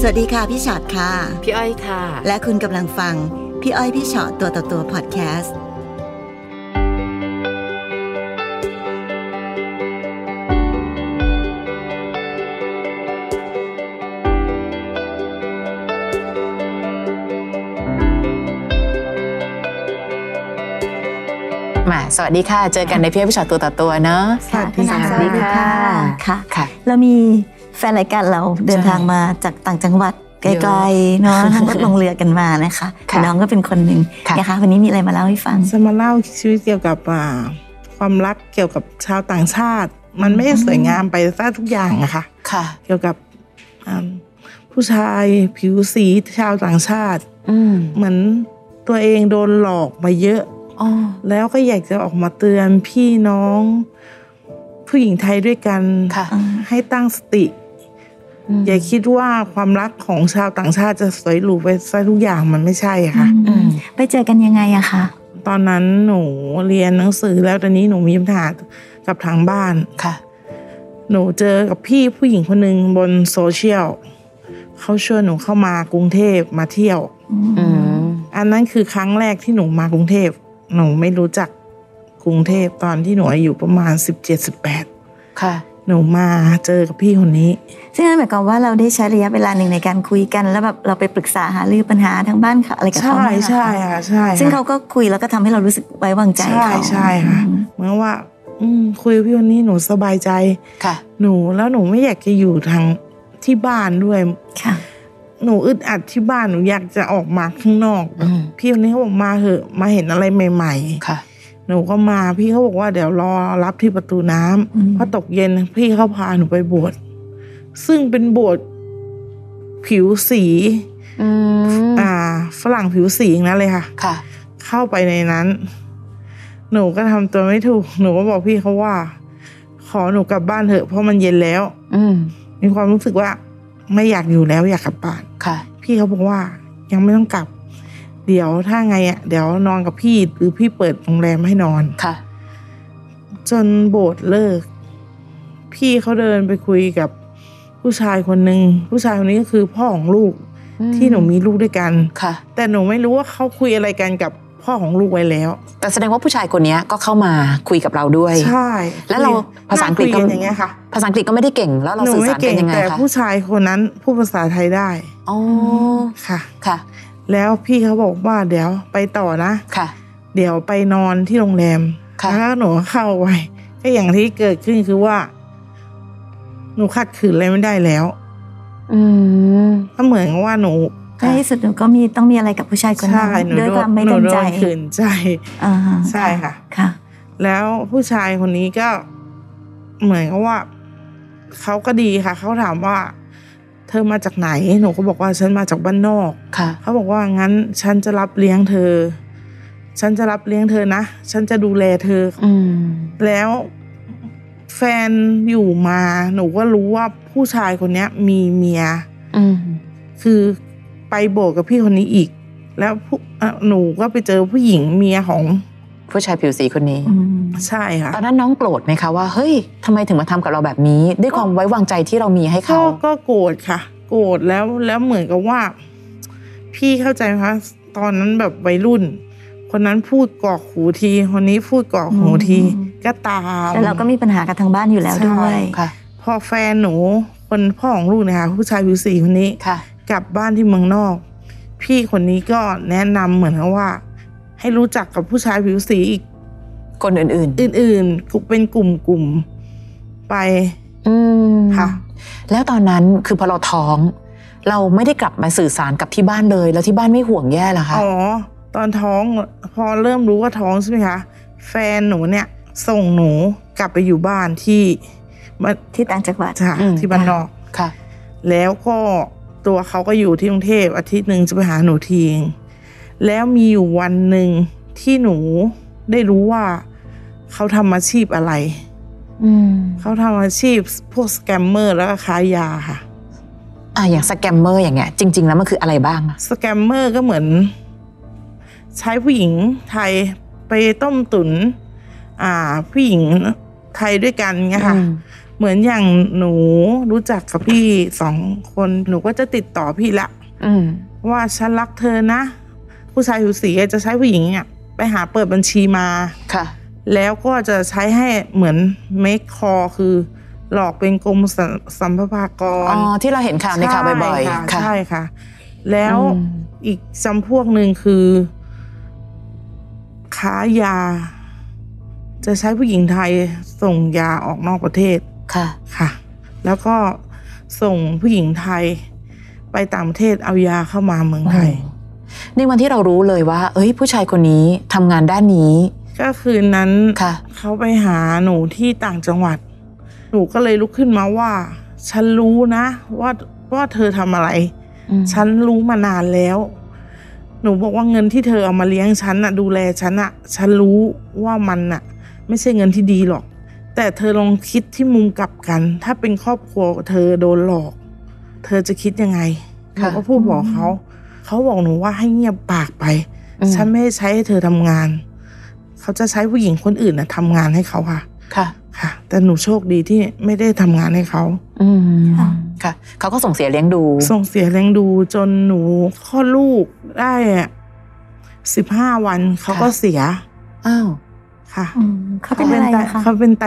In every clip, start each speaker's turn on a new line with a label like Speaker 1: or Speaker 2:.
Speaker 1: สวัสดีค่ะ พี่ชอตค่ะ
Speaker 2: พี่อ้อยค่ะ
Speaker 1: และคุณกำลังฟัง พี่อ้อยพี่ชอตตัวต่อตัวพอดแคสต์
Speaker 2: มาสวัสดีค่ะ เจอกันในพี่อ้อยพี่ชอตตัวต่อตัวเนอะ
Speaker 3: สวัสดีค่ะ
Speaker 1: สวัสดีค่ะ
Speaker 3: ค่ะ
Speaker 2: ค่ะ
Speaker 3: เรามีแฟนรายการเราเดินทางมาจากต่างจังหวัดไก
Speaker 2: เย
Speaker 3: ล
Speaker 2: อะ
Speaker 3: ๆเนาะนั่งรถลงเรือกันมานะคะ
Speaker 2: ค่ะ
Speaker 3: แต่น้องก็เป็นคนหนึ่ง
Speaker 2: ค่ะ
Speaker 3: นะคะ วันนี้มีอะไรมาเล่าให้ฟัง
Speaker 4: จะมาเล่าชีวิตเกี่ยวกับอ่าความรักเกี่ยวกับชาวต่างชาติ มันไม่ได้สวยงามไปซะทุกอย่างอะค่ะ
Speaker 2: ค่ะ
Speaker 4: เกี่ยวกับอืมผู้ชายผิวสีชาวต่างชาติ
Speaker 2: อืม
Speaker 4: เหมือนตัวเองโดนหลอกมาเยอะ
Speaker 2: อ๋อ
Speaker 4: แล้วก็อยากจะออกมาเตือนพี่น้อง ผู้หญิงไทยด้วยกัน
Speaker 2: ค่ะ
Speaker 4: ให้ตั้งสติ
Speaker 2: ม
Speaker 4: อย่าคิดว่าความรักของชาวต่างชาติจะสวยหรูไปซะทุกอย่างมันไม่ใช่อะค่ะ
Speaker 2: อืม
Speaker 3: ไปเจอกันยังไงอะคะ
Speaker 4: ตอนนั้นหนูเรียนหนังสือแล้วตอนนี้หนูมีปัญหากับทางบ้าน
Speaker 2: ค่ะ
Speaker 4: หนูเจอกับพี่ผู้หญิงคนหนึ่งบนโซเชียลเขาชวนหนูเข้ามากรุงเทพมาเที่ยว
Speaker 2: อืม
Speaker 4: อันนั้นคือครั้งแรกที่หนูมากรุงเทพ หนูไม่รู้จักกรุงเทพตอนที่หนูอายุประมาณ 17-18
Speaker 2: ค่ะ
Speaker 4: หนูมาเจอกับพี่คนนี้
Speaker 3: ซึ่งนั่นหมายความว่าเราได้ใช้ระยะเวลาหนึ่งในการคุยกัน แล้วแบบเราไปปรึกษาหารือปัญหาทางบ้านค่ะอะไรกับเขา
Speaker 4: ใช่
Speaker 3: บ้างอะคะ
Speaker 4: ใช่ค่ะใช่ค่ะ
Speaker 3: ซึ่งเขาก็คุยแล้วก็ทำให้เรารู้สึกไว้วางใจ
Speaker 4: ใช่
Speaker 3: เขา
Speaker 4: ใช่ค่ะเหมือนว่า อืมคุยกับพี่คนนี้หนูสบายใจ
Speaker 2: ค่ะ
Speaker 4: หนูแล้วหนูไม่อยากจะอยู่ทางที่บ้านด้วย
Speaker 3: ค่ะ
Speaker 4: หนูอึดอัดที่บ้านหนูอยากจะออกมาข้างนอก
Speaker 2: อืม
Speaker 4: พี่คนนี้เขาบอกมาเหอะมาเห็นอะไรใหม่
Speaker 2: ค่ะ
Speaker 4: ๆ หนูก็มาพี่เขาบอกว่าเดี๋ยวรอรับที่ประตูน้ำ
Speaker 3: อืม
Speaker 4: พอตกเย็นพี่เขาพาหนูไปโบสถ์ซึ่งเป็นโบสถ์ผิวสี
Speaker 2: อืม
Speaker 4: อ่า ฝรั่งผิวสีอย่างนั้นเลยค่ะ
Speaker 2: ค่ะ
Speaker 4: เข้าไปในนั้น หนูก็ทำตัวไม่ถูก หนูก็บอกพี่เขาว่า ขอหนูกลับบ้านเถอะเพราะมันเย็นแล้ว
Speaker 2: อืม
Speaker 4: มีความรู้สึกว่าไม่อยากอยู่แล้วอยากกลับบ้าน
Speaker 2: ค่ะ
Speaker 4: พี่เขาบอกว่ายังไม่ต้องกลับ เดี๋ยวถ้าไงอ่ะเดี๋ยวนอนกับพี่หรือพี่เปิดโรงแรมให้นอน
Speaker 2: ค่ะ
Speaker 4: จนโบสถ์เลิก พี่เขาเดินไปคุยกับผู้ชายคนหนึ่งผู้ชายคนนี้ก็คือพ่อของลูก
Speaker 2: อืม
Speaker 4: ที่หนูมีลูกด้วยกัน
Speaker 2: ค่ะ
Speaker 4: แต่หนูไม่รู้ว่าเขาคุยอะไรกันกับพ่อของลูกไว้แล้ว
Speaker 2: แต่แสดงว่าผู้ชายคนเนี้ยก็เข้ามาคุยกับเราด้วย
Speaker 4: ใช่
Speaker 2: แล้วเราภาษาอังกฤษก็
Speaker 4: นั่คุยนอย่างเงี้ยค่ะ
Speaker 2: ภาษาอังกฤษก็ไม่ได้เก่ง แล้วเรา
Speaker 4: หนู
Speaker 2: สื่อ
Speaker 4: ไม่
Speaker 2: สาร
Speaker 4: เก่
Speaker 2: กั
Speaker 4: ง
Speaker 2: นยังไง
Speaker 4: แต่
Speaker 2: คะ
Speaker 4: ผู้ชายคนนั้นพูดภาษาไทยได้
Speaker 2: อ๋อ
Speaker 4: ค่ะ
Speaker 2: ค่ะ
Speaker 4: แล้วพี่เขาบอกว่าเดี๋ยวไปต่อนะ
Speaker 2: ค่ะ
Speaker 4: เดี๋ยวไปนอนที่โรงแรม
Speaker 2: ค่ะ
Speaker 4: แล้วหนูก็เข้าไปก็อย่างที่เกิดขึ้นคือว่า หนูขัดขืนอะไรไม่ได้แล้ว
Speaker 2: อืม
Speaker 4: ก็เหมือนกับว่าหนู
Speaker 3: ในที่สุดหนูก็มีต้องมีอะไรกับผู้ชายคนนั้น
Speaker 4: ใช่หนู
Speaker 3: ด้วย
Speaker 4: โ
Speaker 3: ความไม่
Speaker 4: หนู
Speaker 3: เต็ม
Speaker 4: โด
Speaker 3: ใจ
Speaker 4: นขืนใจ
Speaker 3: อ่าฮะ
Speaker 4: ใช่ค่ะ
Speaker 3: ค่ะ
Speaker 4: แล้วผู้ชายคนนี้ก็เหมือนกับว่าเขาก็ดีค่ะเขาถามว่า เธอมาจากไหน หนูก็บอกว่าฉันมาจากบ้านนอก
Speaker 2: ค่ะ
Speaker 4: เขาบอกว่างั้นฉันจะรับเลี้ยงเธอ ฉันจะรับเลี้ยงเธอนะ ฉันจะดูแลเธอ
Speaker 2: อืม
Speaker 4: แล้วแฟนอยู่มาหนูก็รู้ว่าผู้ชายคนเนี้ย มีเมีย
Speaker 2: อืม
Speaker 4: คือไปโบกกับพี่คนนี้อีก แล้วผู้อ่ะหนูก็ไปเจอผู้หญิงเมียของ
Speaker 2: ผู้ชายผิวสีคนนี้
Speaker 3: อืม
Speaker 4: ใช่ค่ะ
Speaker 2: ตอนนั้นน้องโกรธไหมคะว่าเฮ้ยทำไมถึงมาทำกับเราแบบนี้ ด้วยความไว้วางใจที่เรามีให้
Speaker 4: ก็
Speaker 2: เขา
Speaker 4: ก็โกรธค่ะ โกรธแล้วแล้วเหมือนกับว่า พี่เข้าใจไหมคะตอนนั้นแบบวัยรุ่น คนนั้นพูดกรอกหูทีคนนี้พูดกรอกหูที
Speaker 3: อืม
Speaker 4: ก็ตาม
Speaker 3: แต่เราก็มีปัญหากับทางบ้านอยู่แล้วด้ว
Speaker 4: ใช่
Speaker 3: ย
Speaker 2: ค่ะ
Speaker 4: พอแฟนหนูคนพ่อของลูกเนะคะผู้ชายผิวสีคนนี้
Speaker 2: ค่ะ
Speaker 4: กลับบ้านที่เมืองนอก พี่คนนี้ก็แนะนำเหมือนกับว่า ให้รู้จักกับผู้ชายผิวสีอีก
Speaker 2: คนอื่น
Speaker 4: อื่นๆเป็นกลุ่มๆไป
Speaker 2: ๆ อืม
Speaker 4: ค่ะ
Speaker 2: แล้วตอนนั้นคือพอเราท้อง เราไม่ได้กลับมาสื่อสารกับที่บ้านเลย แล้วที่บ้านไม่ห่วงแย่เหรอคะ
Speaker 4: อ๋อ ตอนท้องพอเริ่มรู้ว่าท้องใช่ไหมคะแฟนหนูเนี่ย ส่งหนูกลับไปอยู่บ้านที่บ้าน
Speaker 3: ที่ต่างจังหวัด
Speaker 4: ค่ะ
Speaker 2: อืม
Speaker 4: ที่บ้านนอก
Speaker 2: ค่ะ
Speaker 4: แล้วก็ตัวเขาก็อยู่ที่กรุงเทพอาทิตย์หนึ่งจะไปหาหนูทีงแล้วมีอยู่วันหนึ่งที่หนูได้รู้ว่าเขาทำอาชีพอะไร
Speaker 2: อืม
Speaker 4: เขาทำอาชีพพวกสแกมเมอร์แล้วก็ค้ายาค่ะ
Speaker 2: อ่ะอย่างสแกมเมอร์อย่างเงี้ยจริง ๆ แล้วมันคืออะไรบ้างอะ
Speaker 4: สแกมเมอร์ก็เหมือน ใช้ผู้หญิงไทยไปต้มตุน อ่าผู้หญิงไทยด้วยกันเงี้ยค่ะ
Speaker 2: อืม
Speaker 4: เหมือนอย่างหนูรู้จักกับพี่สองคนหนูก็จะติดต่อพี่ละ
Speaker 2: อืม
Speaker 4: ว่าฉันรักเธอนะ ผู้ชายผิวสีจะใช้ผู้หญิงเนี่ยไปหาเปิดบัญชีมา
Speaker 2: ค่ะ
Speaker 4: แล้วก็จะใช้ให้เหมือนเมคคอคือ หลอกเป็นกรมสรรสัมภาก
Speaker 2: อ๋
Speaker 4: ร
Speaker 2: อ ที่เราเห็นข่าวในข่าวบ่อยๆ
Speaker 4: ใช่ค่ะ
Speaker 2: ค่ะ
Speaker 4: ใช่ค่ะ แล้ว
Speaker 2: อืม
Speaker 4: อีกจำพวกหนึ่งคือค้ายา จะใช้ผู้หญิงไทยส่งยาออกนอกประเทศ
Speaker 2: ค่ะ
Speaker 4: ค่ะ แล้วก็ส่งผู้หญิงไทย ไปต่างประเทศเอายาเข้ามาเมืองไทย
Speaker 2: ในวันที่เรารู้เลยว่า เอ้ย ผู้ชายคนนี้ทำงานด้านนี้
Speaker 4: ก็คืนนั้น
Speaker 2: ค่ะ
Speaker 4: เขาไปหาหนูที่ต่างจังหวัด หนูก็เลยลุกขึ้นมาว่า ฉันรู้นะ ว่าว่าเธอทำอะไร
Speaker 2: อืม
Speaker 4: ฉันรู้มานานแล้ว หนูบอกว่าเงินที่เธอเอามาเลี้ยงฉันน่ะ ดูแลฉันน่ะ ฉันรู้ว่ามันน่ะ ไม่ใช่เงินที่ดีหรอก แต่เธอลองคิดที่มุมกลับกัน ถ้าเป็นครอบครัวเธอโดนหลอก เธอจะคิดยังไงห
Speaker 2: ค่ะ
Speaker 4: นูก็พูดบอกเขา เขาบอกหนูว่าให้เงียบปากไป
Speaker 2: อืม
Speaker 4: ฉันไม่ได้ใช้ให้เธอทำงาน เขาจะใช้ผู้หญิงคนอื่นน่ะทำงานให้เขาค่ะ
Speaker 2: ค่ะ
Speaker 4: ค่ะ แต่หนูโชคดีที่ไม่ได้ทำงานให้เขา
Speaker 2: อืม
Speaker 3: ค่ะ
Speaker 2: ค่ะ เขาก็ส่งเสียเลี้ยงดู
Speaker 4: ส่งเสียเลี้ยงดูจนหนูคลอดลูกได้สิบห้าวันเขาก็
Speaker 2: ค่ะ
Speaker 4: เสีย
Speaker 2: อ้าว
Speaker 4: ค่ะ
Speaker 3: อืมเขาเป็นอะไรอะคะ
Speaker 4: เขาเป็นไต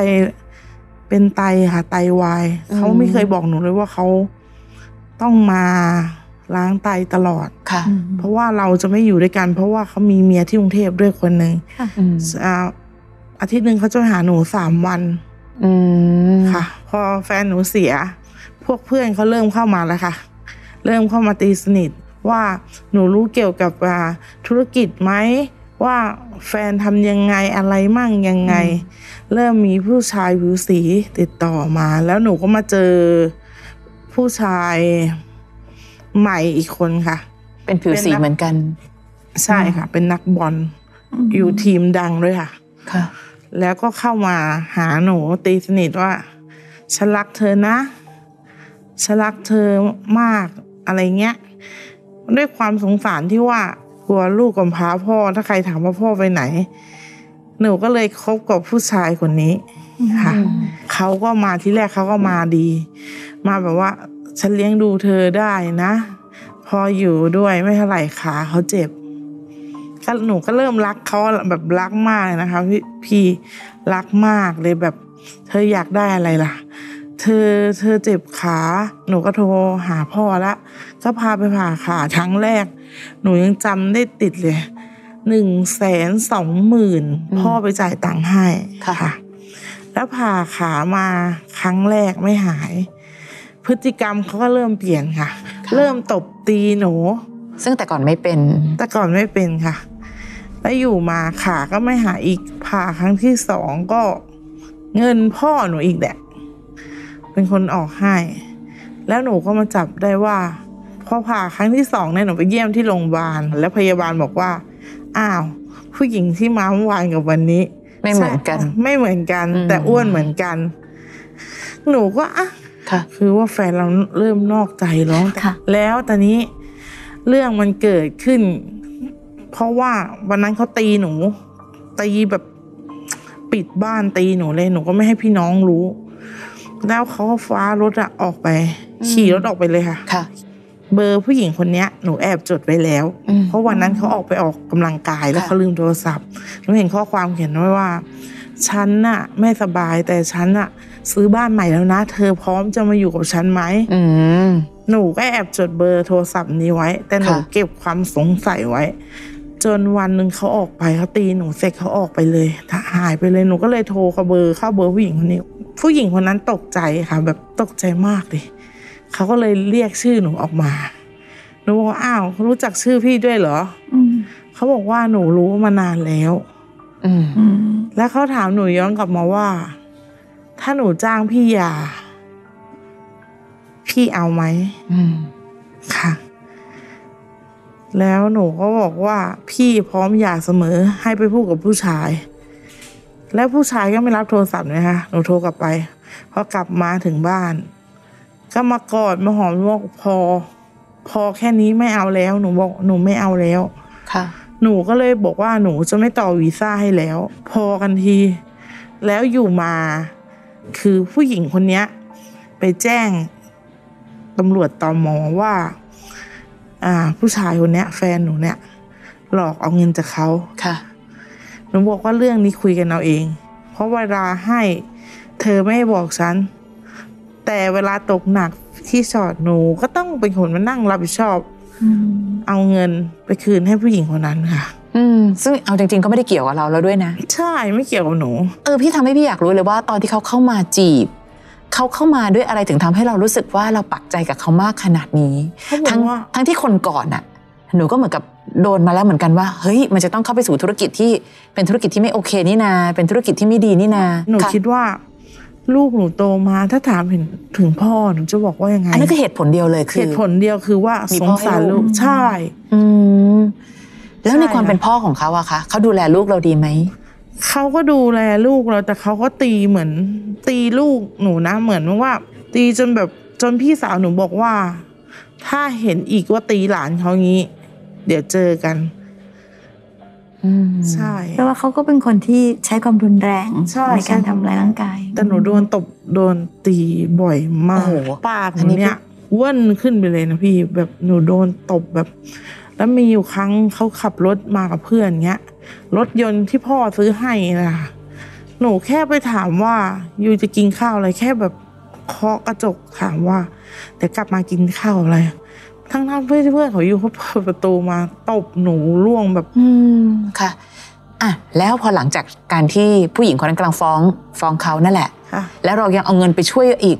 Speaker 4: เป็นไตค่ะ ไตวาย
Speaker 2: อืม
Speaker 4: เขาไม่เคยบอกหนูเลยว่าเขาต้องมาล้างไตตลอด
Speaker 2: ค่ะ
Speaker 3: อืม
Speaker 4: เพราะว่าเราจะไม่อยู่ด้วยกัน เพราะว่าเขามีเมียที่กรุงเทพด้วยคนหนึ่ง
Speaker 2: อืม
Speaker 4: อ่าอาทิตย์หนึ่งเขาจะไปหาหนูสามวัน
Speaker 2: อืม
Speaker 4: ค่ะ พอแฟนหนูเสีย พวกเพื่อนเขาเริ่มเข้ามาแล้วค่ะ เริ่มเข้ามาตีสนิทว่าหนูรู้เกี่ยวกับอ่าธุรกิจไหมว่าแฟนทำยังไงอะไรมั่งยังไง เริ่มมีผู้ชายผิวสีติดต่อมา แล้วหนูก็มาเจอผู้ชายใหม่อีกคนค่ะ
Speaker 2: เป็นผิวสีเหมือนกัน
Speaker 4: ใช่ค่ะ เป็นนักบอล
Speaker 3: ม
Speaker 4: อยู่ทีมดังด้วยค่ะ
Speaker 2: ค่ะ
Speaker 4: แล้วก็เข้ามาหาหนูตีสนิทว่า ฉันรักเธอนะ ฉันรักเธอมากอะไรเงี้ย ด้วยความสงสารที่ว่ากลัวลูกกำพร้าพ่อถ้าใครถามว่าพ่อไปไหน หนูก็เลยคบกับผู้ชายคนนี้ค่ะเขาก็มาที่แรกเขาก็มาดี มาแบบว่า ฉันเลี้ยงดูเธอได้นะ พออยู่ด้วยไม่เท่าไหร่ขาเขาเจ็บ ก็หนูก็เริ่มรักเขาแบบรักมากเลยนะคะพี่พี่รักมากเลยแบบ เธออยากได้อะไรล่ะ เธอเธอเจ็บขา หนูก็โทรหาพ่อละก็พาไปผ่าขาครั้งแรก หนูยังจำได้ติดเลยหนึ่งแสนสองหมื่น
Speaker 2: อืม
Speaker 4: พ่อไปจ่ายตังค์ให้
Speaker 2: ค่ะ
Speaker 4: แล้วผ่าขามาครั้งแรกไม่หาย พฤติกรรมเขาก็เริ่มเปลี่ยนค่ะ เริ่มตบตีหนู
Speaker 2: ซึ่งแต่ก่อนไม่เป็น
Speaker 4: แต่ก่อนไม่เป็นค่ะ แล้วอยู่มาขาก็ไม่หายอีก ผ่าครั้งที่สองก็เงินพ่อหนูอีกแหละ เป็นคนออกให้ แล้วหนูก็มาจับได้ว่า พอผ่าครั้งที่สองเนี่ยหนูไปเยี่ยมที่โรงพยาบาล แล้วพยาบาลบอกว่า อ้าว ผู้หญิงที่มาเมื่อวานกับวันนี้
Speaker 2: ไม่เหมือนกัน
Speaker 4: ใช่ไม่เหมือนกัน
Speaker 2: อืม
Speaker 4: แต่อ้วนเหมือนกัน หนูก็อ่ะ
Speaker 2: ค่ะ
Speaker 4: คือว่าแฟนเราเริ่มนอกใจแล้ว
Speaker 3: ค่ะ
Speaker 4: แล้วตอนนี้เรื่องมันเกิดขึ้น เพราะว่าวันนั้นเขาตีหนู ตีแบบปิดบ้านตีหนูเลยหนูก็ไม่ให้พี่น้องรู้ แล้วเขาก็ฟ้ารถอะออกไป ขี่รถออกไปเลยค่ะ
Speaker 2: ค่ะ
Speaker 4: เบอร์ผู้หญิงคนเนี้ยหนูแอบจดไว้แล้ว
Speaker 2: อืม
Speaker 4: เพราะวันนั้นเขาออกไปออกกำลังกายแล้ว
Speaker 2: ค่ะ
Speaker 4: เขาลืมโทรศัพท์หนูเห็นข้อความเขียนไว้ว่า ฉันน่ะ ไม่สบายแต่ฉันน่ะ ซื้อบ้านใหม่แล้วนะ เธอพร้อมจะมาอยู่กับฉันไหม
Speaker 2: อืม
Speaker 4: หนูก็แอบจดเบอร์โทรศัพท์นี้ไว้ แต่หนู
Speaker 2: ค่ะ
Speaker 4: เก็บความสงสัยไว้ จนวันหนึ่งเขาออกไปเขาตีหนูเสร็จเขาออกไปเลยหายไปเลยหนูก็เลยโทรเขาเบอร์เข้าเบอร์ผู้หญิงคนนี้ ผู้หญิงคนนั้นตกใจค่ะ แบบตกใจมากเลยเขาก็เลยเรียกชื่อหนูออกมาหนูบอกว่าอ้าวรู้จักชื่อพี่ด้วยเหรอ
Speaker 3: อืม
Speaker 4: เขาบอกว่าหนูรู้มานานแล้ว
Speaker 2: อืม
Speaker 3: อืม
Speaker 4: แล้วเขาถามหนูย้อนกลับมาว่า ถ้าหนูจ้างพี่ยา พี่เอาไหม
Speaker 2: อืม
Speaker 4: ค่ะ แล้วหนูก็บอกว่าพี่พร้อมหย่าเสมอให้ไปพูดกับผู้ชาย แล้วผู้ชายก็ไม่รับโทรศัพท์นะคะหนูโทรกลับไปพอกลับมาถึงบ้าน ก็มากอดมาหอมบอกพอ พอแค่นี้ไม่เอาแล้ว หนูบอกหนูไม่เอาแล้ว
Speaker 2: ค่ะ
Speaker 4: หนูก็เลยบอกว่าหนูจะไม่ต่อวีซ่าให้แล้ว พอกันที แล้วอยู่มา คือผู้หญิงคนเนี้ย ไปแจ้งตำรวจตอมอว่า อ่า ผู้ชายคนเนี้ย แฟนหนูเนี่ย หลอกเอาเงินจากเขา
Speaker 2: ค่ะ
Speaker 4: หนูบอกว่าเรื่องนี้คุยกันเอาเอง เพราะเวลาให้เธอไม่ให้บอกฉัน แต่เวลาตกหนักที่สอดหนูก็ต้องเป็นคนมานั่งรับผิดชอบ
Speaker 3: อืม
Speaker 4: เอาเงินไปคืนให้ผู้หญิงคนนั้นค่ะ
Speaker 2: อืมซึ่งเอาจริงๆก็ไม่ได้เกี่ยวกับเราแล้วด้วยนะ
Speaker 4: ใช่ไม่เกี่ยวกับหนู
Speaker 2: เออพี่ทำให้พี่อยากรู้เลยว่าตอนที่เขาเข้ามาจีบ เขาเข้ามาด้วยอะไรถึงทำให้เรารู้สึกว่าเราปักใจกับเขามากขนาดนี้
Speaker 4: เขาบอก
Speaker 2: ทั้ง
Speaker 4: ว่า
Speaker 2: ทั้งที่คนก่อนน่ะ หนูก็เหมือนกับโดนมาแล้วเหมือนกันว่า เฮ้ย มันจะต้องเข้าไปสู่ธุรกิจที่เป็นธุรกิจที่ไม่โอเคนี่นา เป็นธุรกิจที่ไม่ดีนี่นา
Speaker 4: หนู
Speaker 2: ะ
Speaker 4: คิดว่า ลูกหนูโตมาถ้าถามเห็นถึงพ่อหนูจะบอกว่ายังไง
Speaker 2: อันนั้นคือเหตุผลเดียวเลยคือ
Speaker 4: เหตุผลเดียวคือว่า
Speaker 2: มี
Speaker 4: ส
Speaker 2: พ่
Speaker 4: ง
Speaker 2: อ
Speaker 4: สาร
Speaker 2: ให้ลู
Speaker 4: ลู
Speaker 2: ก
Speaker 4: กใช่
Speaker 2: อืมแล้วใน
Speaker 4: ใช่
Speaker 2: ความ
Speaker 4: ค่ะ
Speaker 2: เป็นพ่อของเขาอะคะเขาดูแลลูกเราดีไหม
Speaker 4: เขาก็ดูแลลูกเราแต่เขาก็ตีเหมือน ตีลูกหนูนะเหมือนว่า ตีจนแบบจนพี่สาวหนูบอกว่า ถ้าเห็นอีกว่าตีหลานเขางี้ เดี๋ยวเจอกัน
Speaker 2: อืม
Speaker 4: ใช่
Speaker 3: เพราะว่าเขาก็เป็นคนที่ใช้ความรุนแรง
Speaker 4: ใช่
Speaker 3: ในการทำร้ายร่างกาย
Speaker 4: แต่หนูโดนตบโดนตีบ่อยมา
Speaker 2: โอ้
Speaker 4: ก
Speaker 2: โห
Speaker 4: ปากห
Speaker 2: อั
Speaker 4: นู
Speaker 2: นนี้
Speaker 4: เนี่ยเว่นขึ้นไปเลยนะพี่แบบหนูโดนตบแบบ แล้วมีอยู่ครั้งเขาขับรถมากับเพื่อนเงี้ยรถยนต์ที่พ่อซื้อให้นะคะหนูแค่ไปถามว่ายูจะกินข้าวอะไรแค่แบบเคาะกระจกถามว่าเดี๋ยวกลับมากินข้าวอะไร ทั้งนั้นเพื่อนเพื่อนๆของยูเขาเปิดประตูมาตบหนูร่วงแบบ
Speaker 2: ืมค่ะอ่ะแล้วพอหลังจากการที่ผู้หญิงคนนั้นกำลังฟ้องฟ้องเขานั่นแหละ
Speaker 4: ค่ะ
Speaker 2: แล้วเรายังเอาเงินไปช่วยอีก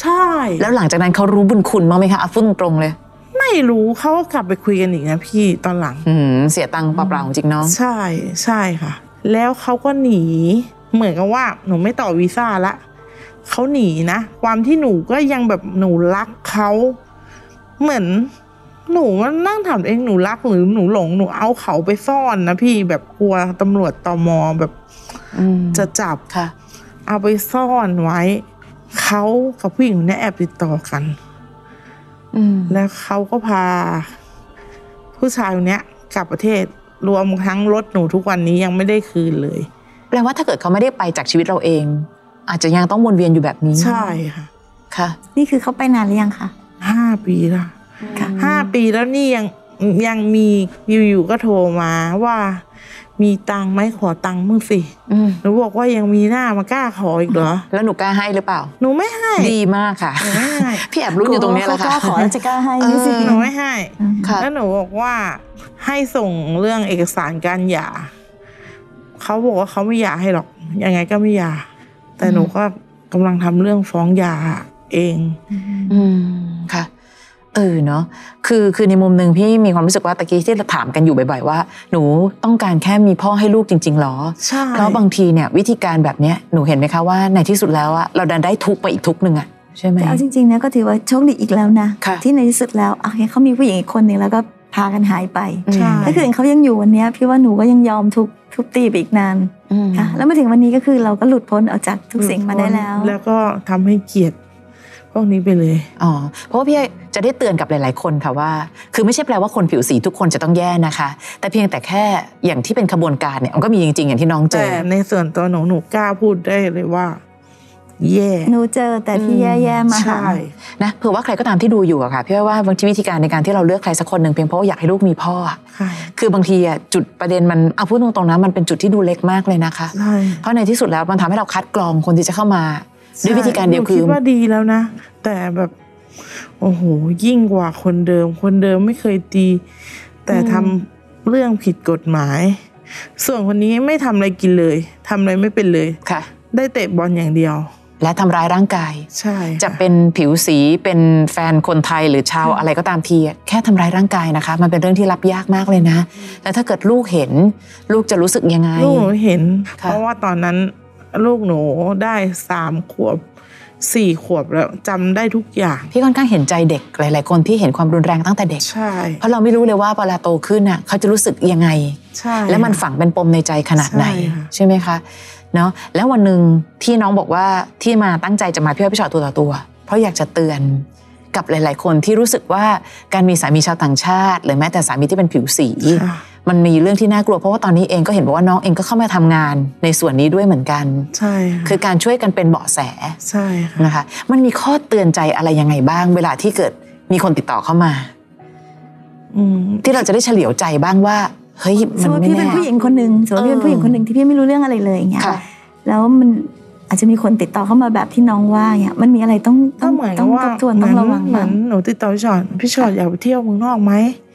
Speaker 4: ใช่
Speaker 2: แล้วหลังจากนั้นเขารู้บุญคุณบ้างไหมคะเอาฟุ้งตรงๆเลย
Speaker 4: ไม่รู้เขาก็กลับไปคุยกันอีกนะพี่ตอนหลัง
Speaker 2: อืมเสียตังค์เปล่าๆจริงๆน้อง
Speaker 4: ใช่ใช่ค่ะ แล้วเขาก็หนีเหมือนกับว่าหนูไม่ต่อวีซ่าละเขาหนีนะ ความที่หนูก็ยังแบบหนูรักเขาเหมือน หนูมานั่งถามเองหนูรักหรือหนูหลงหนูเอาเขาไปซ่อนนะพี่แบบกลัวตำรวจตมแบบ
Speaker 2: อืม
Speaker 4: จะจับ
Speaker 2: ค่ะ
Speaker 4: เอาไปซ่อนไว้เขากับผู้หญิงคนนี้แอบติดต่อกัน
Speaker 2: อืม
Speaker 4: แล้วเขาก็พา ผู้ชายคนเนี้ยกลับประเทศรวมทั้งรถหนูทุกวันนี้ยังไม่ได้คืนเลย
Speaker 2: แปลว่าถ้าเกิดเขาไม่ได้ไปจากชีวิตเราเอง อาจจะยังต้องวนเวียนอยู่แบบนี้
Speaker 4: ใช่ค่ะ
Speaker 2: ค่ะ
Speaker 3: นี่คือเขาไปนานหรือยังคะ
Speaker 4: ห้าปีละ
Speaker 3: ค่ะ
Speaker 4: ห้าปีแล้วนี่ยังยังมีอยู่ๆก็โทรมาว่า มีตังค์ไหมขอตังค์มึงสิ
Speaker 2: อืม
Speaker 4: หนูบอกว่ายังมีหน้ามากล้าขออีกเหรอ
Speaker 2: แล้วหนูกล้าให้หรือเปล่า
Speaker 4: หนูไม่ให้
Speaker 2: ดีมากค่ะ
Speaker 4: หนูไม่ให้
Speaker 2: พี่แอบรู้อยู่ตรงเนี้ยแหละ
Speaker 3: กวเขาก
Speaker 2: ค่ะ
Speaker 3: ล้าขอแล้วจะกล้าให้นี่สิ
Speaker 2: เออ
Speaker 4: หนูไม่ให้
Speaker 2: ค่ะ
Speaker 4: แล้วหนูบอกว่าให้ส่งเรื่องเอกสารการหย่าเขาบอกว่าเขาไม่หย่าให้หรอก ยังไงก็ไม่หย่า แต่หนูก็กำลังทำเรื่องฟ้องหย่าเอง
Speaker 2: อืมค่ะ เออเนาะคือคือในมุมหนึ่งพี่มีความรู้สึกว่าตะกี้ที่เราถามกันอยู่บ่อยๆว่า หนูต้องการแค่มีพ่อให้ลูกจริง ๆหรอ
Speaker 4: ใช่
Speaker 2: เพราะบางทีเนี่ยวิธีการแบบเนี้ยหนูเห็นไหมคะว่าในที่สุดแล้วอะเราดันได้ทุกข์ไปอีกทุกข์หนึ่งอะใช่ไหม
Speaker 3: แต่เอาจริงๆนะก็ถือว่าโชคดีอีกแล้วนะ
Speaker 2: ค่ะ
Speaker 3: ที่ในที่สุดแล้วอ่ะเห็นเขามีผู้หญิงอีกคนหนึ่งแล้วก็พากันหายไป
Speaker 2: อืม
Speaker 4: ใช่
Speaker 3: ถ้าเกิดเขายังอยู่วันเนี้ยพี่ว่าหนูก็ยังยอมทุบทุบตีไปอีกนาน
Speaker 2: อืม
Speaker 3: ค่ะ แล้วมาถึงวันนี้ก็คือเราก็หลุดพ้นออกจากทุกสิ่งมาได้แล้ว
Speaker 4: แล้วก็ทำให้เกียรติพวกนี้ไปเลย
Speaker 2: อ๋อเพราะว่าพี่จะได้เตือนกับหลาย ๆ คนค่ะว่า คือไม่ใช่แปลว่าคนผิวสีทุกคนจะต้องแย่นะคะ แต่เพียงแต่แค่อย่างที่เป็นขบวนการเนี่ยมันก็มีจริง ๆ อย่างที่น้องเจ
Speaker 4: แต่
Speaker 2: อ
Speaker 4: ในส่วนตัวหนูหนูกล้าพูดได้เลยว่า แย่
Speaker 3: หนูเจอแต่ที่
Speaker 2: อืม
Speaker 3: แย่ๆมาหา
Speaker 4: ใช่
Speaker 2: นะเผื่อว่าใครก็ตามที่ดูอยู่อะค่ะพี่ว่าบางทีวิธีการในการที่เราเลือกใครสักคนหนึ่งเพียงเพราะว่าอยากให้ลูกมีพ่ออะ
Speaker 4: ค่ะ
Speaker 2: คือบางทีอะจุดประเด็นมันเอาพูดตรงๆนะมันเป็นจุดที่ดูเล็กมากเลยนะคะ
Speaker 4: ใช่
Speaker 2: เพราะในที่สุดแล้วมันทำให้เราคัดกรองคนที่จะเข้ามา ด้วยวิธีการเดียว
Speaker 4: หนู
Speaker 2: คือ
Speaker 4: คิดว่าดีแล้วนะ แต่แบบ โอ้โห ยิ่งกว่าคนเดิม คนเดิมไม่เคยตี แต่ทำเรื่องผิดกฎหมาย ส่วนคนนี้ไม่ทำอะไรกินเลยทำอะไรไม่เป็นเลย
Speaker 2: ค่ะ
Speaker 4: ได้เตะบอลอย่างเดียว
Speaker 2: และทำร้ายร่างกาย
Speaker 4: ใช่ค่
Speaker 2: จะเป็นผิวสีเป็นแฟนคนไทยหรือชาวอะไรก็ตามทีอะแค่ทำร้ายร่างกายนะคะ มันเป็นเรื่องที่รับยากมากเลยนะ แล้วถ้าเกิดลูกเห็น ลูกจะรู้สึกยังไง
Speaker 4: ลูกหนูเห็น
Speaker 2: ค่ะ
Speaker 4: เพราะว่าตอนนั้น ลูกหนูได้สามขวบสี่ขวบแล้วจำได้ทุกอย่าง
Speaker 2: พี่ค่อนข้างเห็นใจเด็กหลาย ๆ คนที่เห็นความรุนแรงตั้งแต่เด็ก
Speaker 4: ใช่
Speaker 2: เพราะเราไม่รู้เลยว่าเวลาโตขึ้นน่ะเขาจะรู้สึกยังไง
Speaker 4: ใช่
Speaker 2: และมันฝังเป็นปมในใจขนาดไหน
Speaker 4: ใช่ค่ะ
Speaker 2: ใช่ไหมคะเนาะแล้ววันหนึ่งที่น้องบอกว่าที่มาตั้งใจจะมาพี่อ้อยพี่ชอตตัวต่อตัว เพราะอยากจะเตือนกับหลาย ๆ คนที่รู้สึกว่าการมีสามีชาวต่างชาติ หรือแม้แต่สามีที่เป็นผิวสี
Speaker 4: ค่ะ
Speaker 2: มันมีเรื่องที่น่ากลัวเพราะว่าตอนนี้เองก็เห็นบอกว่าน้องเองก็เข้ามาทำงานในส่วนนี้ด้วยเหมือนกัน
Speaker 4: ใช่
Speaker 2: คือการช่วยกันเป็นเบาะแส
Speaker 4: ใช่ค่ะ
Speaker 2: นะคะ มันมีข้อเตือนใจอะไรยังไงบ้าง เวลาที่เกิดมีคนติดต่อเข้ามา
Speaker 4: อืม
Speaker 2: ที่เราจะได้เฉลียวใจบ้างว่าเฮ้ย
Speaker 3: ส
Speaker 2: มั
Speaker 3: ม
Speaker 2: น
Speaker 3: มติ
Speaker 2: ไม่
Speaker 3: พี่เป็
Speaker 2: แน่
Speaker 3: นผู้หญิงคนหนึ่งสมมติพี่เป็นผู้หญิงคนหนึ่งที่พี่ไม่รู้เรื่องอะไรเลยอย่างเงี้ย
Speaker 2: ค่ะ
Speaker 3: แล้วมันอาจจะมีคนติดต่อเข้ามาแบบที่น้องว่าอย่างเงี้ยมันมีอะไรต้อง
Speaker 4: ก็
Speaker 3: ต้อง
Speaker 4: เหมือน
Speaker 3: ต้
Speaker 4: กั
Speaker 3: อบ ง
Speaker 4: ว่า
Speaker 3: ทบทวน
Speaker 4: เห
Speaker 3: ต้
Speaker 4: มื
Speaker 3: อน
Speaker 4: น
Speaker 3: งระวัง
Speaker 4: เหมื
Speaker 3: บ้า
Speaker 4: อน
Speaker 3: ง
Speaker 4: หนูติดต่อพี่ชอตพี่ชอตอยากไปเที่ยวเมืองนอกไหม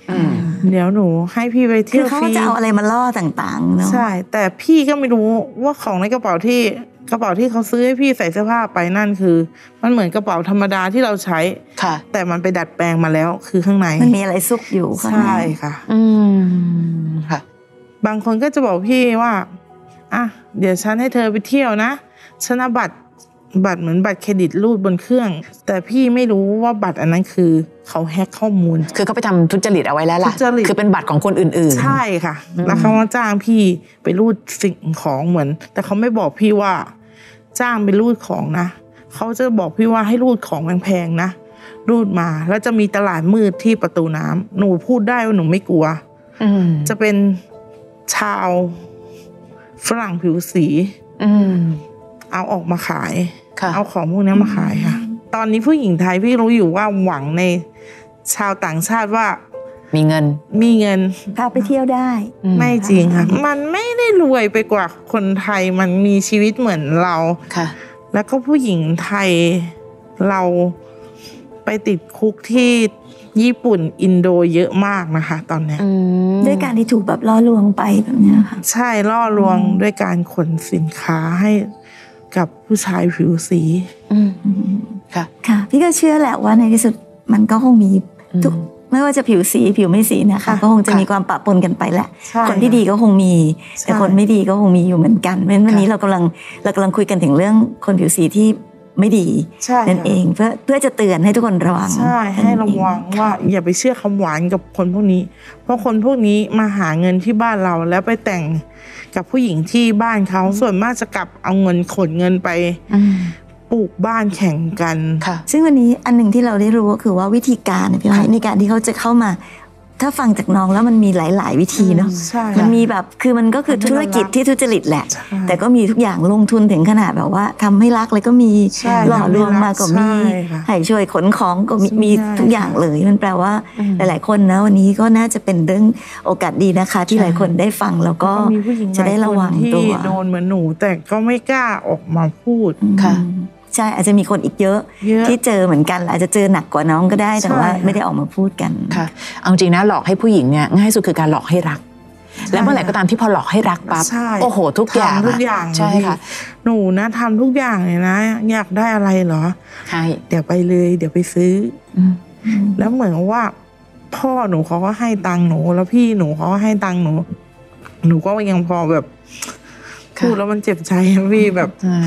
Speaker 2: อืม
Speaker 4: เดี๋ยวหนูให้พี่ไป
Speaker 3: คื
Speaker 4: เที่
Speaker 3: อ
Speaker 4: ยว
Speaker 3: เขา
Speaker 4: ฟ
Speaker 3: ก็
Speaker 4: รี
Speaker 3: จะเอาอะไรมาล่อต่างๆเนาะ
Speaker 4: ใช่ แต่พี่ก็ไม่รู้ว่าของในกระเป๋าที่กระเป๋าที่เขาซื้อให้พี่ใส่เสื้อผ้าไปนั่นคือ มันเหมือนกระเป๋าธรรมดาที่เราใช้
Speaker 2: ค่ะ
Speaker 4: แต่มันไปดัดแปลงมาแล้วคือข้างใน
Speaker 3: มันมีอะไรซุกอยู่ข้างใน
Speaker 4: ใช่ค่ะ
Speaker 2: อืมค่ะ
Speaker 4: บางคนก็จะบอกพี่ว่า อ่ะ เดี๋ยวฉันให้เธอไปเที่ยวนะฉันเอาบัตร บัตรเหมือนบัตรเครดิตรูดบนเครื่อง แต่พี่ไม่รู้ว่าบัตรอันนั้นคือเขาแฮ็กข้อมูล
Speaker 2: คือเขาไปทำทุจริตเอาไว้แล้วล่ะ
Speaker 4: ทุจริต
Speaker 2: คือเป็นบัตรของคนอื่น
Speaker 4: ใช่ค่ะ แล้วเขามาจ้างพี่ไปรูดสิ่งของเหมือน แต่เขาไม่บอกพี่ว่า จ้างไปรูดของนะ เขาจะบอกพี่ว่าให้รูดของแพงๆนะ รูดมา แล้วจะมีตลาดมืดที่ประตูน้ำหนูพูดได้ว่าหนูไม่กลัว
Speaker 2: ๆ อืม
Speaker 4: จะเป็นชาวฝรั่งผิวสี
Speaker 2: อืม
Speaker 4: เอาออกมาขาย
Speaker 2: ค่ะ
Speaker 4: เอาของพวกเนี้ยมาขายค่ะ ตอนนี้ผู้หญิงไทยพี่รู้อยู่ว่าหวังในชาวต่างชาติว่า
Speaker 2: มีเงิน
Speaker 4: มีเงิน
Speaker 3: พาไปเที่ยวได้
Speaker 2: อืม
Speaker 4: ไม่จริงค่ะ มันไม่ได้รวยไปกว่าคนไทย มันมีชีวิตเหมือนเรา
Speaker 2: ค่ะ
Speaker 4: แล้วก็ผู้หญิงไทยเราไปติดคุกที่ญี่ปุ่นอินโดเยอะมากนะคะ ตอนเนี้ย
Speaker 2: อืม
Speaker 3: ด้วยการที่ถูกแบบล่อลวงไปแบบเนี้ยค่ะ
Speaker 4: ใช่ล่อลวงด้วยการขนสินค้าให้กับผู้ชายผิวสี
Speaker 2: อืมค่ะ
Speaker 3: ค่ะ พี่ก็เชื่อแหละว่าในที่สุดมันก็คงมีทุกไม่ว่าจะผิวสีผิวไม่สีนะคะ
Speaker 4: ค่ะ
Speaker 3: ก็คงจะ
Speaker 2: ค่ะ
Speaker 3: มีความปะปนกันไปแหละ
Speaker 4: ใช่
Speaker 3: คนที่ดีก็คงมี
Speaker 4: ใช่
Speaker 3: แต่คนไม่ดีก็คงมีอยู่เหมือนกันเพราะฉะนั้นวันนี้เรากำลังเรากำลังคุยกันถึงเรื่องคนผิวสีที่ไม่ดี
Speaker 4: ใช่
Speaker 3: นั่นเองเพื่อเพื่อจะเตือนให้ทุกคนระวัง
Speaker 4: ใช่ให้ระวังว่าอย่าไปเชื่อคำหวานกับคนพวกนี้ เพราะคนพวกนี้มาหาเงินที่บ้านเราแล้วไปแต่งกับผู้หญิงที่บ้านเขาส่วนมากจะกลับเอาเงินขนเงินไป
Speaker 2: อืม
Speaker 4: ปลูกบ้านแข่งกัน
Speaker 2: ค่ะ
Speaker 3: ซึ่งวันนี้อันหนึ่งที่เราได้รู้ก็คือว่าวิธีการเนี่ยพี่อ้อยในการที่เขาจะเข้ามา ถ้าฟังจากน้องแล้วมันมีหลาย ๆ วิธีเนาะ
Speaker 4: ใช่
Speaker 3: มัน
Speaker 4: ค่ะ
Speaker 3: มีแบบคือมันก็คือ
Speaker 4: มันเป็น
Speaker 3: ธุรกิจ
Speaker 4: รัก
Speaker 3: ที่ทุจริตแหละ
Speaker 4: ใช่
Speaker 3: แต่ก็มีทุกอย่างลงทุนถึงขนาดแบบว่าทำให้รักเลยก็มี
Speaker 4: ใช่
Speaker 3: หล่อลวงมาก็มี
Speaker 4: ใช่ค่ะ
Speaker 3: ให้ช่วยขนของก็มี
Speaker 4: ใช่
Speaker 3: มีทุกอย่างเลย มันแปลว่าหลาย ๆ คนนะวันนี้ก็น่าจะเป็นเรื่องโอกาสดีนะคะ ที่หลายคนได้ฟังแล้วก็
Speaker 4: มีผู้หญิง
Speaker 3: จะได้ระวัง
Speaker 4: ที่
Speaker 3: ตัว
Speaker 4: โดนเหมือนหนูแต่ก็ไม่กล้าออกมาพูด
Speaker 2: ค่ะ
Speaker 3: อืมใช่อาจจะมีคนอีกเยอะ
Speaker 4: เยอะ
Speaker 3: ที่เจอเหมือนกันอาจจะเจอหนักกว่าน้องก็ได้แต่ว่า
Speaker 4: ใช่ค่ะ
Speaker 3: ไม่ได้ออกมาพูดกัน
Speaker 2: ค่ะ เอาจริงนะหลอกให้ผู้หญิงเนี่ยง่ายสุดคือการหลอกให้รัก แล้วเมื่อไหร่ก็ตามที่พอหลอกให้รักปั๊บ
Speaker 4: ใช่
Speaker 2: โอ้โห ทุกอย่าง
Speaker 4: ทำทุกอย่าง
Speaker 2: ใช่ค่ะ
Speaker 4: หนูนะทำทุกอย่างเลยนะ อยากได้อะไรเหรอ
Speaker 2: ให้
Speaker 4: เดี๋ยวไปเลยเดี๋ยวไปซื้อ
Speaker 2: อืม
Speaker 4: แล้วเหมือนว่า พ่อหนูเขาก็ให้ตังค์หนู แล้วพี่หนูเขาก็ให้ตังค์หนู หนูก็ยังพอแบบ
Speaker 2: ะ
Speaker 4: พูดแล้วมันเจ็บใจอะพี่แบบ
Speaker 2: ใช่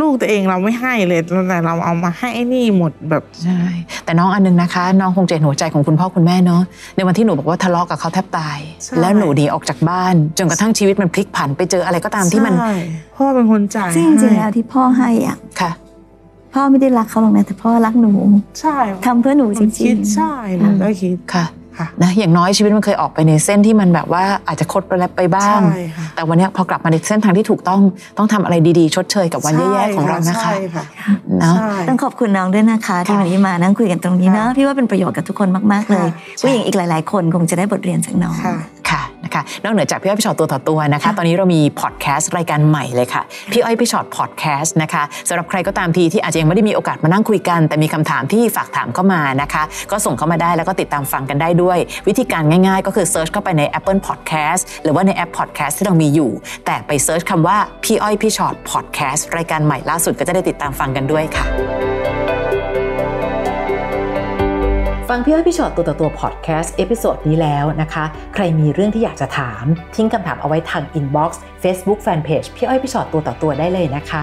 Speaker 4: ลูกตัวเองเราไม่ให้เลยแต่เราเอามาให้ไอ้นี่หมดแบบ
Speaker 2: ใช่ แต่น้องอันนึงนะคะ น้องคงเจนหัวใจของคุณพ่อคุณแม่เนาะในวันที่หนูบอกว่าทะเลาะกับเขาแทบตาย
Speaker 4: ใช่
Speaker 2: แล้วหนูหนีออกจากบ้าน จนกระทั่งชีวิตมันพลิกผันไปเจออะไรก็ตามที่มัน
Speaker 4: ใช่พ่อเป็นคนจ่าย
Speaker 3: ซึ่งจริงๆแล้ว
Speaker 4: ให้
Speaker 3: ที่พ่อให้อ่ะ
Speaker 2: ค่ะ
Speaker 3: พ่อไม่ได้รักเขาหรอกนะแต่พ่อรักหนู
Speaker 4: ใช่
Speaker 3: ทำเพื่อหนูจ
Speaker 4: มัน
Speaker 3: ริ
Speaker 4: คิ
Speaker 3: ง
Speaker 4: ด
Speaker 3: ๆ
Speaker 4: ใช่หนูก็คิด
Speaker 2: ค่ะ
Speaker 4: ค่ะ
Speaker 2: นะอย่างน้อยชีวิตมันเคยออกไปในเส้นที่มันแบบว่าอาจจะคดไปแล้วไปบ้าง
Speaker 4: ใช่ค่ะ
Speaker 2: แต่วันเนี้ยพอกลับมาในเส้นทางที่ถูกต้องต้องทำอะไรดีๆ ชดเชยกับวันแย่ๆของเรานะคะ
Speaker 4: ใช่ค่ะ
Speaker 2: เนาะ
Speaker 4: ใช่
Speaker 3: ต้องขอบคุณน้องด้วยนะคะ ที่วันนี้มานั่งคุยกันตรงนี้นะ
Speaker 4: ค่ะ
Speaker 3: พี่ว่าเป็นประโยชน์กับทุกคนมากๆเลย
Speaker 4: ค่ะ
Speaker 3: ผู้หญิงอีกหลาย ๆ คนคงจะได้บทเรียนจากน้อง
Speaker 4: ค่ะ
Speaker 2: ค่ะนะคะนอกเหนือจากพี่อ้อยพี่ชอตตัวต่อตัวนะคะ ตอนนี้เรามีพอดแคสต์รายการใหม่เลยค่ะ พี่อ้อยพี่ชอตพอดแคสต์นะคะสำหรับใครก็ตามทีที่อาจจะยังไม่ได้มีโอกาสมานั่งคุยกัน แต่มีคำถามที่ฝากถามเข้ามานะคะ ก็ส่งเข้ามาได้แล้วก็ติดตามฟังกันได้ด้วย วิธีการง่ายๆ ก็คือเซิร์ชเข้าไปใน Apple Podcast หรือว่าในแอป Podcast ที่เรามีอยู่ แต่ไปเซิร์ชคำว่าพี่อ้อยพี่ชอตพอดแคสต์รายการใหม่ล่าสุดก็จะได้ติดตามฟังกันด้วยค่ะ ฟังพี่อ้อยพี่ชอตตัวต่อตัวพอดแคสต์เอพิโซดนี้แล้วนะคะ ใครมีเรื่องที่อยากจะถาม ทิ้งคำถามเอาไว้ทางอินบ็อกซ์เฟซบุ๊กแฟนเพจพี่อ้อยพี่ชอตตัวต่อตัวได้เลยนะคะ